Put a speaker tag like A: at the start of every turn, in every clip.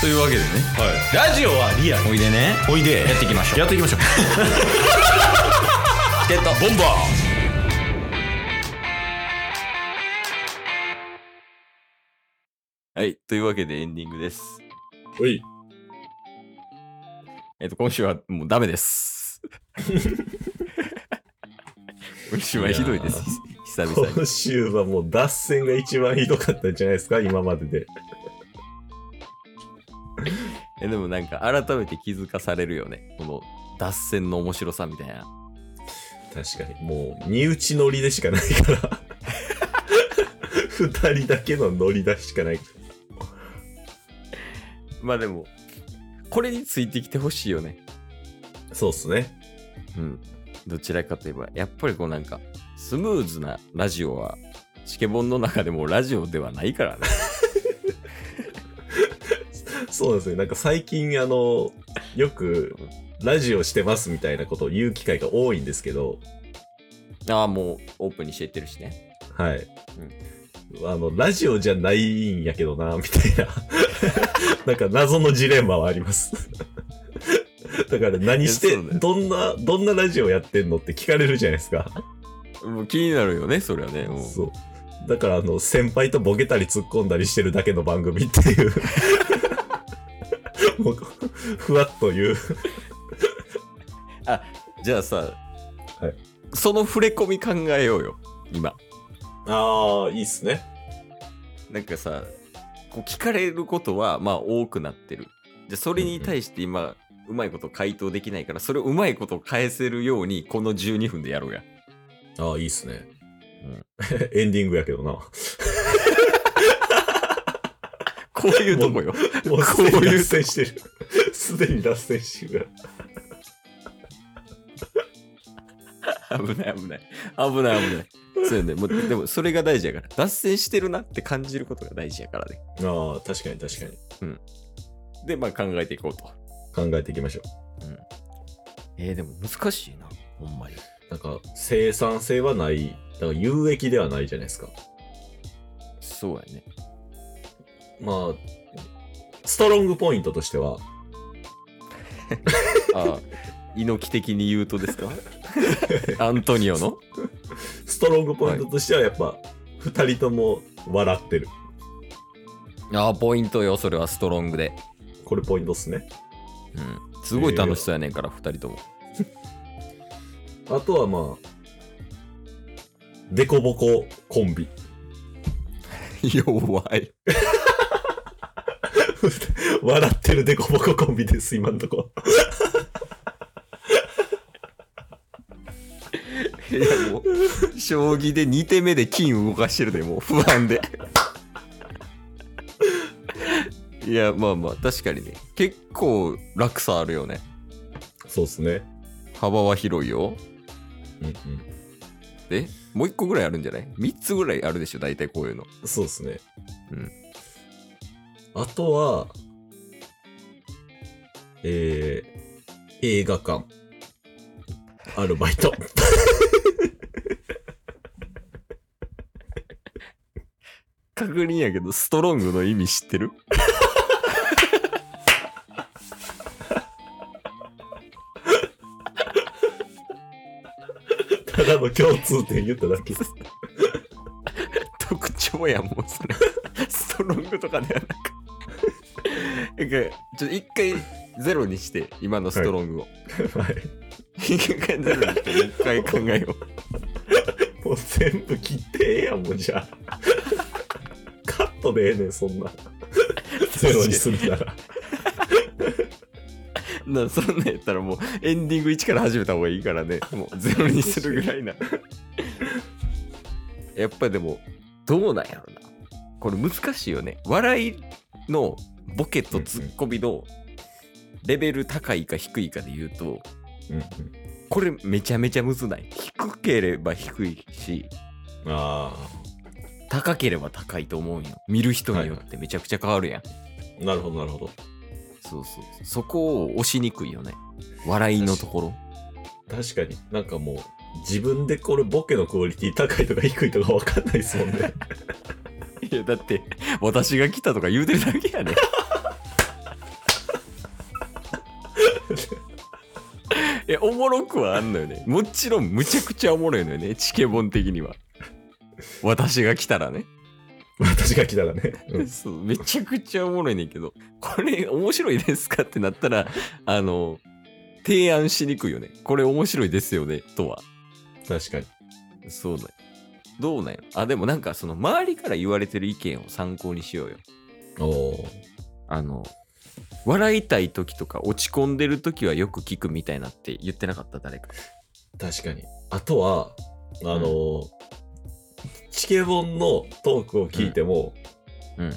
A: というわけでね
B: ラジオはリアル
A: おいでね
B: おいで
A: やっていきましょう
B: やってい きましょう
A: チケットボンバーはい。というわけでエンディングです。
B: おい
A: えっ、と、今週はもうダメ です。今週はひどいです。久々に。
B: 今週はもう脱線が一番ひどかったんじゃないですか今までで
A: え、でもなんか改めて気づかされるよね。この脱線の面白さみたいな。
B: 確かにもう身内乗りでしかないから 二人だけの乗り出ししかない
A: まあでも、これについてきてほしいよね。
B: そうっすね
A: うん。どちらかといえば、やっぱりこうなんか、スムーズなラジオは、チケボンの中でもラジオではないからね。
B: そうなんですよなんか最近あのよくラジオしてますみたいなことを言う機会が多いんですけど
A: ああ、もうオープンにしていってるしね。
B: はい、あのラジオじゃないんやけどなみ たいななんか謎のジレンマはあります だから何し
A: い
B: て
A: やそうだよ
B: どんなどんなラジオやってんのって聞かれるじゃないですか
A: もう気になるよね、それはね。もう
B: そう。だから、あの、先輩とボケたり突っ込んだりしてるだけの番組っていう。 もう、ふわっと言う。
A: じゃあさ、
B: はい
A: その触れ込み考えようよ、今。
B: ああ、いいっすね。
A: なんかさ、こう聞かれることは、まあ多くなってる。じゃあそれに対して今、うまいこと回答できないから、それをうまいこと返せるように、この12分でやろうや。
B: ああ、いいっすね。
A: うん
B: エンディングやけ どな。
A: こういうとこよ。
B: もうす
A: こう
B: で
A: いう
B: に脱線してる。 すでに脱線してる。
A: 危ない危ない。危ない危ない。そうよね。もうでも、それが大事やから。脱線してるなって感じることが大事やからね。
B: ああ、確かに確かに。
A: で、まあ考えていこうと。
B: 考えていきましょう。
A: えー、でも難しいな。ほんまに。
B: なんか、生産性はない。だから有益ではないじゃないですか。
A: そうやね。
B: まあ、ストロングポイントとしては、
A: ああ、猪木的に言うと ですかアントニオの
B: ストロングポイントとしてはやっぱ、二人とも笑ってる。
A: ああ、ポイントよ、それはストロングで。
B: これポイントっすね。
A: うん。すごい楽しそうやねんから、二人とも。
B: あとはまあ、デコボココンビ。
A: 弱い。
B: 笑ってるデコボココンビです、今んとこ。
A: いや、もう、将棋で2手目で金動かしてるで、もう不安で。 いや、まあまあ、確かにね。結構落差あるよね。
B: そうっすね。
A: 幅は広いよ。
B: うんうん。
A: で、もう1個ぐらいあるんじゃない ?3 つぐらいあるでしょ、大体こういうの。
B: そうっすね。
A: うん。
B: あとは、えー、映画館。アルバイト。
A: 確認やけど、ストロングの意味知ってる
B: ただの共通点言っただけ。
A: 特徴やもうそれストロングとかではなくなんかちょっと一回ゼロにして今のストロングを
B: はい。
A: 一回ゼロにして一回考えよう
B: もう全部切ってええやん、もうじゃあ。カットでええねん、そんな。ゼロにするなら。
A: なそんなんやったらもうエンディング1から始めた方がいいからねもうゼロにするぐらいなやっぱでもどうなんやろなこれ難しいよね笑いのボケとツッコミのレベル高いか低いかで言うと、
B: うんうん、
A: これめちゃめちゃむずない低ければ低いし
B: あ
A: 高ければ高いと思うんよ見る人によってめちゃくちゃ変わるやん、
B: あ、なるほど、なるほど。
A: そうそうそこを押しにくいよね笑いのところ
B: 確かになんかもう、自分でこれボケのクオリティ高いとか低いとか分かんないですもん ね。
A: いやだって私が来たとか言うてるだけやねおもろくはあんのよね。もちろんむちゃくちゃおもろいのよね。チケボン的には。私が来たらね。
B: 私が来たらね。うん
A: そうめちゃくちゃおもろいねんけど、これ面白いですかってなったら、あの、提案しにくいよね。これ面白いですよね、とは。
B: 確かに。
A: そうだよ。どうなんやろあ、でもなんかその周りから言われてる意見を参考にしようよ。
B: おお。
A: あの、笑いたい時とか落ち込んでる時はよく聞くみたいなって言ってなかった誰か。
B: 確かに。あとは、あのーチケボンのトークを聞いても、
A: うんうん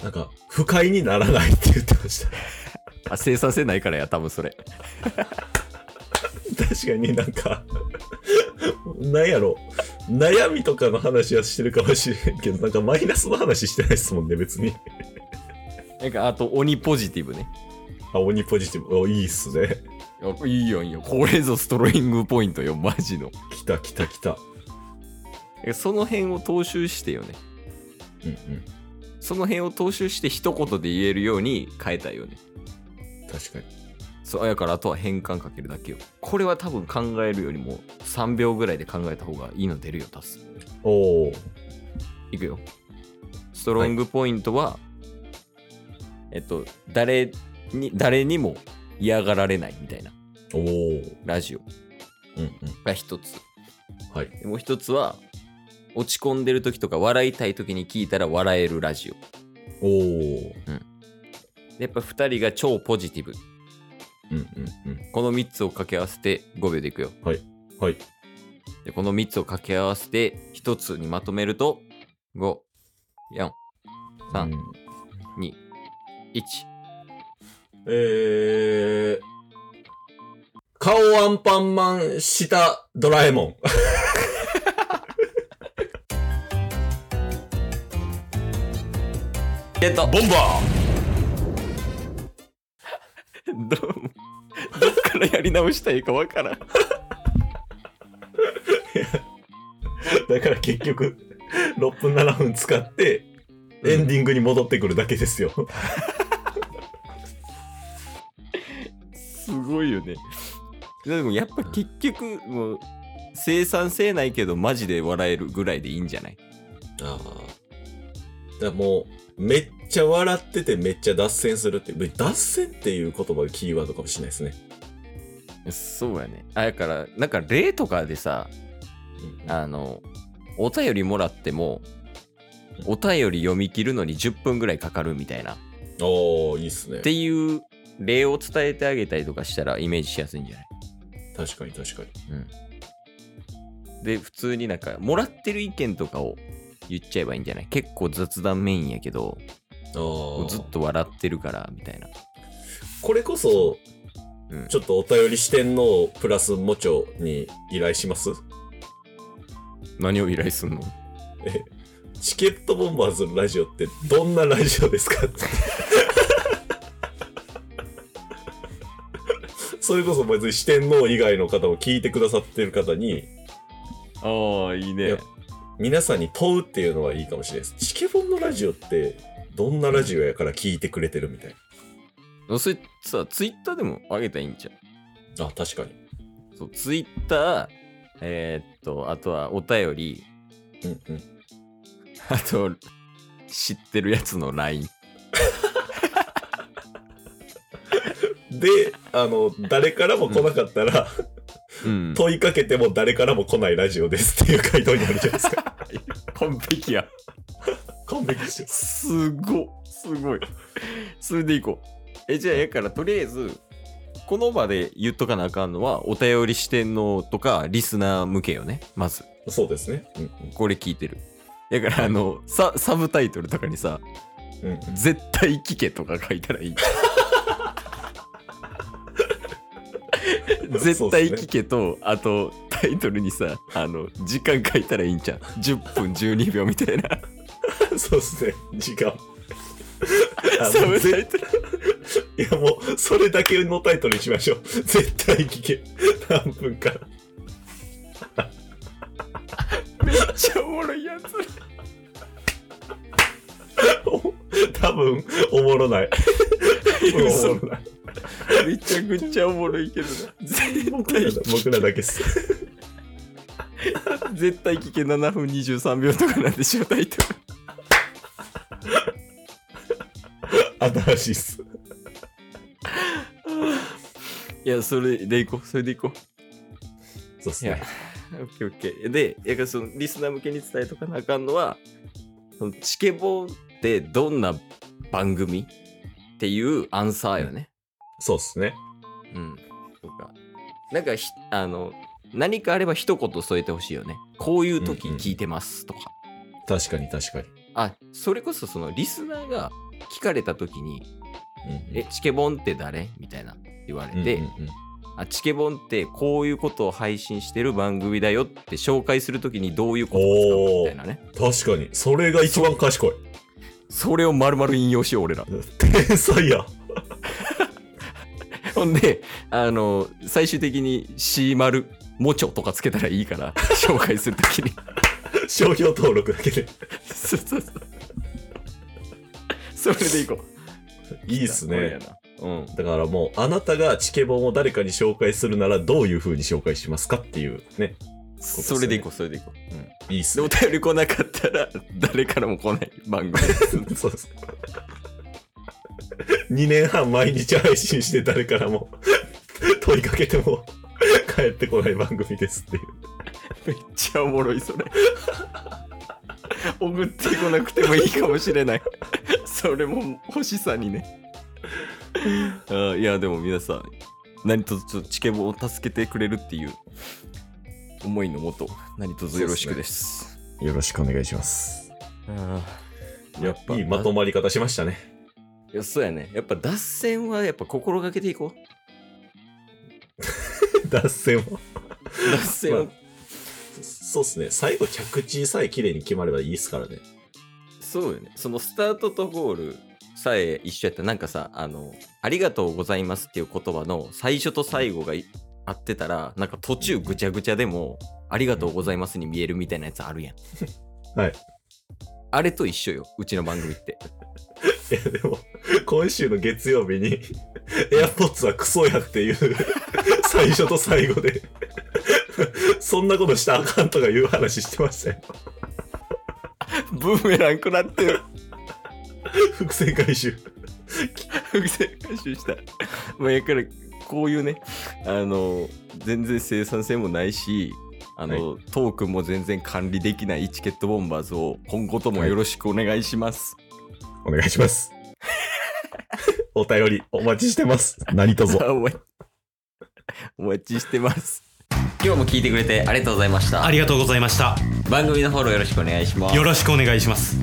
B: なんか、不快にならないって言ってました。
A: あ、生産性ないからや、多分それ。
B: 確かになんか、なんやろ。悩みとかの話はしてるかもしれんけど、なんかマイナスの話してないですもんね、別に。
A: なんかあと鬼ポジティブね。
B: あ、鬼ポジティブ。お、いいっすね。
A: あいいよいいよ。これぞストロイングポイントよ、マジの。
B: 来た来た来た。
A: えその辺を踏襲してよね。
B: うんうん。
A: その辺を踏襲して一言で言えるように変えたいよね。
B: 確かに。
A: そうやからあとは変換かけるだけよ。これは多分考えるよりも3秒ぐらいで考えた方がいいの出るよ、タス。
B: おお。
A: いくよ。ストロングポイントは、えっと、誰に、誰にも嫌がられないみたいな
B: おお。
A: ラジオ
B: うんうん。
A: が一つ。
B: はい。
A: でもう一つは、落ち込んでる時とか笑いたい時に聞いたら笑えるラジオ。
B: おお。うん
A: でやっぱ二人が超ポジティブ。
B: うんうん。
A: この3つを掛け合わせて5秒でいくよ。
B: はい。
A: で、この3つを掛け合わせて1つにまとめると、5、4、3、
B: うん
A: 2、1。
B: えー、顔アンパンマンしたドラえもん。
A: ゲッ ト
B: ボンバ
A: ど、どっからやり直したいかわからん。
B: ー だから結局、6分7分使って、エンディングに戻ってくるだけですよ。
A: すごいよね。でもやっぱ結局、もう、生産性ないけどマジで笑えるぐらいでいいんじゃない
B: ああ。だからもう、めっちゃ笑っててめっちゃ脱線するって、脱線っていう言葉がキーワードかもしれないですね。
A: そうやね。あ、だから、なんか例とかでさ、あの、お便りもらっても、お便り読み切るのに10分ぐらいかかるみたいな。
B: おー、いいっすね
A: って。いう例を伝えてあげたりとかしたらイメージしやすいんじゃない
B: 確かに確かに。
A: で普通になんかもらってる意見とかを言っちゃえばいいんじゃない結構雑談メインやけど
B: あー
A: ずっと笑ってるからみたいな
B: これこそ、
A: うん
B: ちょっとお便り視点のプラスモチョに依頼します
A: 何を依頼すんの
B: えチケットボンバーズのラジオってどんなラジオですかって それこそ別に四天王以外の方を聞いてくださってる方に
A: ああいい
B: いや皆さんに問うっていうのはいいかもしれないですチケボンのラジオってどんなラジオやから聞いてくれてるみたい
A: それさツイッターでもあげたらいいんじゃ
B: なあ確かに
A: んそうツイッターえーっとあとはお便り
B: うんうん
A: あと知ってるやつの LINE
B: であの誰からも来なかったら、
A: うん
B: 問いかけても誰からも来ないラジオですっていう回答になるじゃないですか。
A: 完璧や
B: 完璧ですよ。
A: すごっすごいそれでいこうえじゃあやからとりあえずこの場で言っとかなあかんのはお便り視点のとかリスナー向けよねまず
B: そうですね。うん
A: これ聞いてるやからあのササブタイトルとかにさ
B: うん。うん
A: 「絶対聞け」とか書いたら いい絶対聞けと、あとタイトルにさあの時間書いたらいいんじゃん10分12秒みたいな
B: うん。そうですね。時 間。 あ
A: サ
B: の
A: ブ
B: ぜ
A: タイトル
B: いやもう、それだけのタイトルにしましょう。 絶対聞け。何分か。
A: めっちゃおもろい やつ
B: お多分、おもろない。多分おもろない。
A: めちゃくちゃおもろいけどな。絶
B: 僕らだ僕らだけです。
A: 絶対危険7分23秒とかなんでしょ、タイト
B: 新しいっす。
A: ル。いや、それでいこう、それでいこう。
B: そうっす
A: いや
B: ね。、
A: オッケーオッケー。で、やっぱそのリスナー向けに伝えとかなあかんのは、そのチケボンってどんな番組っていうアンサーよね。
B: そうっすね。
A: うん。とか。なんかひ、あの、何かあれば一言添えてほしいよね。こういう時聞いてますとか。
B: 確かに確かに。
A: あ、それこそそのリスナーが聞かれた時に、
B: うん
A: え、チケボンって誰みたいな言われて、
B: うんうんうん
A: あ、チケボンってこういうことを配信してる番組だよって紹介するときにどういうことを使うかみたいなね。
B: 確かに。それが一番賢い。
A: それを丸々引用しよう、俺ら。
B: 天才や。
A: ほんで、あの、最終的に C 丸、もちょとかつけたらいいから、紹介するときに。
B: 商標登録だけで。
A: そうそうそう。それでいこう。
B: いいっす
A: これや
B: ね。
A: な。うん。
B: だからもう、あなたがチケボンを誰かに紹介するならどういう風に紹介しますかっていうね。すね
A: それでいこう、それでいこう。うん、
B: いいっす
A: で、お
B: ね。
A: 便り来なかったら、誰からも来ない番組。
B: そうです。2年半毎日配信して誰からも問いかけても帰ってこない番組ですっていう。
A: めっちゃおもろいそれ送ってこなくてもいいかもしれないそれも欲しさにねあーいやでも皆さん何とぞちょっとチケボを助けてくれるっていう思いのもと何とぞよろしくです
B: よろしくお願いします。
A: あーやっぱ
B: いいまとまり方しましたね。
A: いやそうやねやっぱ脱線はやっぱ心がけていこう
B: 脱線を。
A: 脱線を、
B: まそうっすね。最後着地さえ綺麗に決まればいいっすからね。
A: そうよねそのスタートとゴールさえ一緒やったらなんかさあの「ありがとうございます」っていう言葉の最初と最後がい合ってたらなんか途中ぐちゃぐちゃでも「ありがとうございます」に見えるみたいなやつあるや ん
B: はい
A: あれと一緒ようちの番組って
B: いやでも、今週の月曜日に、エアポッツはクソやっていう、最初と最後で、そんなことしたらあかんとかいう話してましたよ。
A: ブーメランくなってる
B: 伏線回収。
A: 伏線回収した まあやからこういうねあの全然生産性もないしあの、トークも全然管理できないチケットボンバーズを今後ともよろしくお願いします、
B: お願いします。お便りお待ちしてます。何卒
A: さあ お待ちお待ちしてます今日も聞いてくれてありがとうございました
C: ありがとうございました。
A: 番組のフォローよろしくお願いします
C: よろしくお願いします。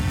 C: す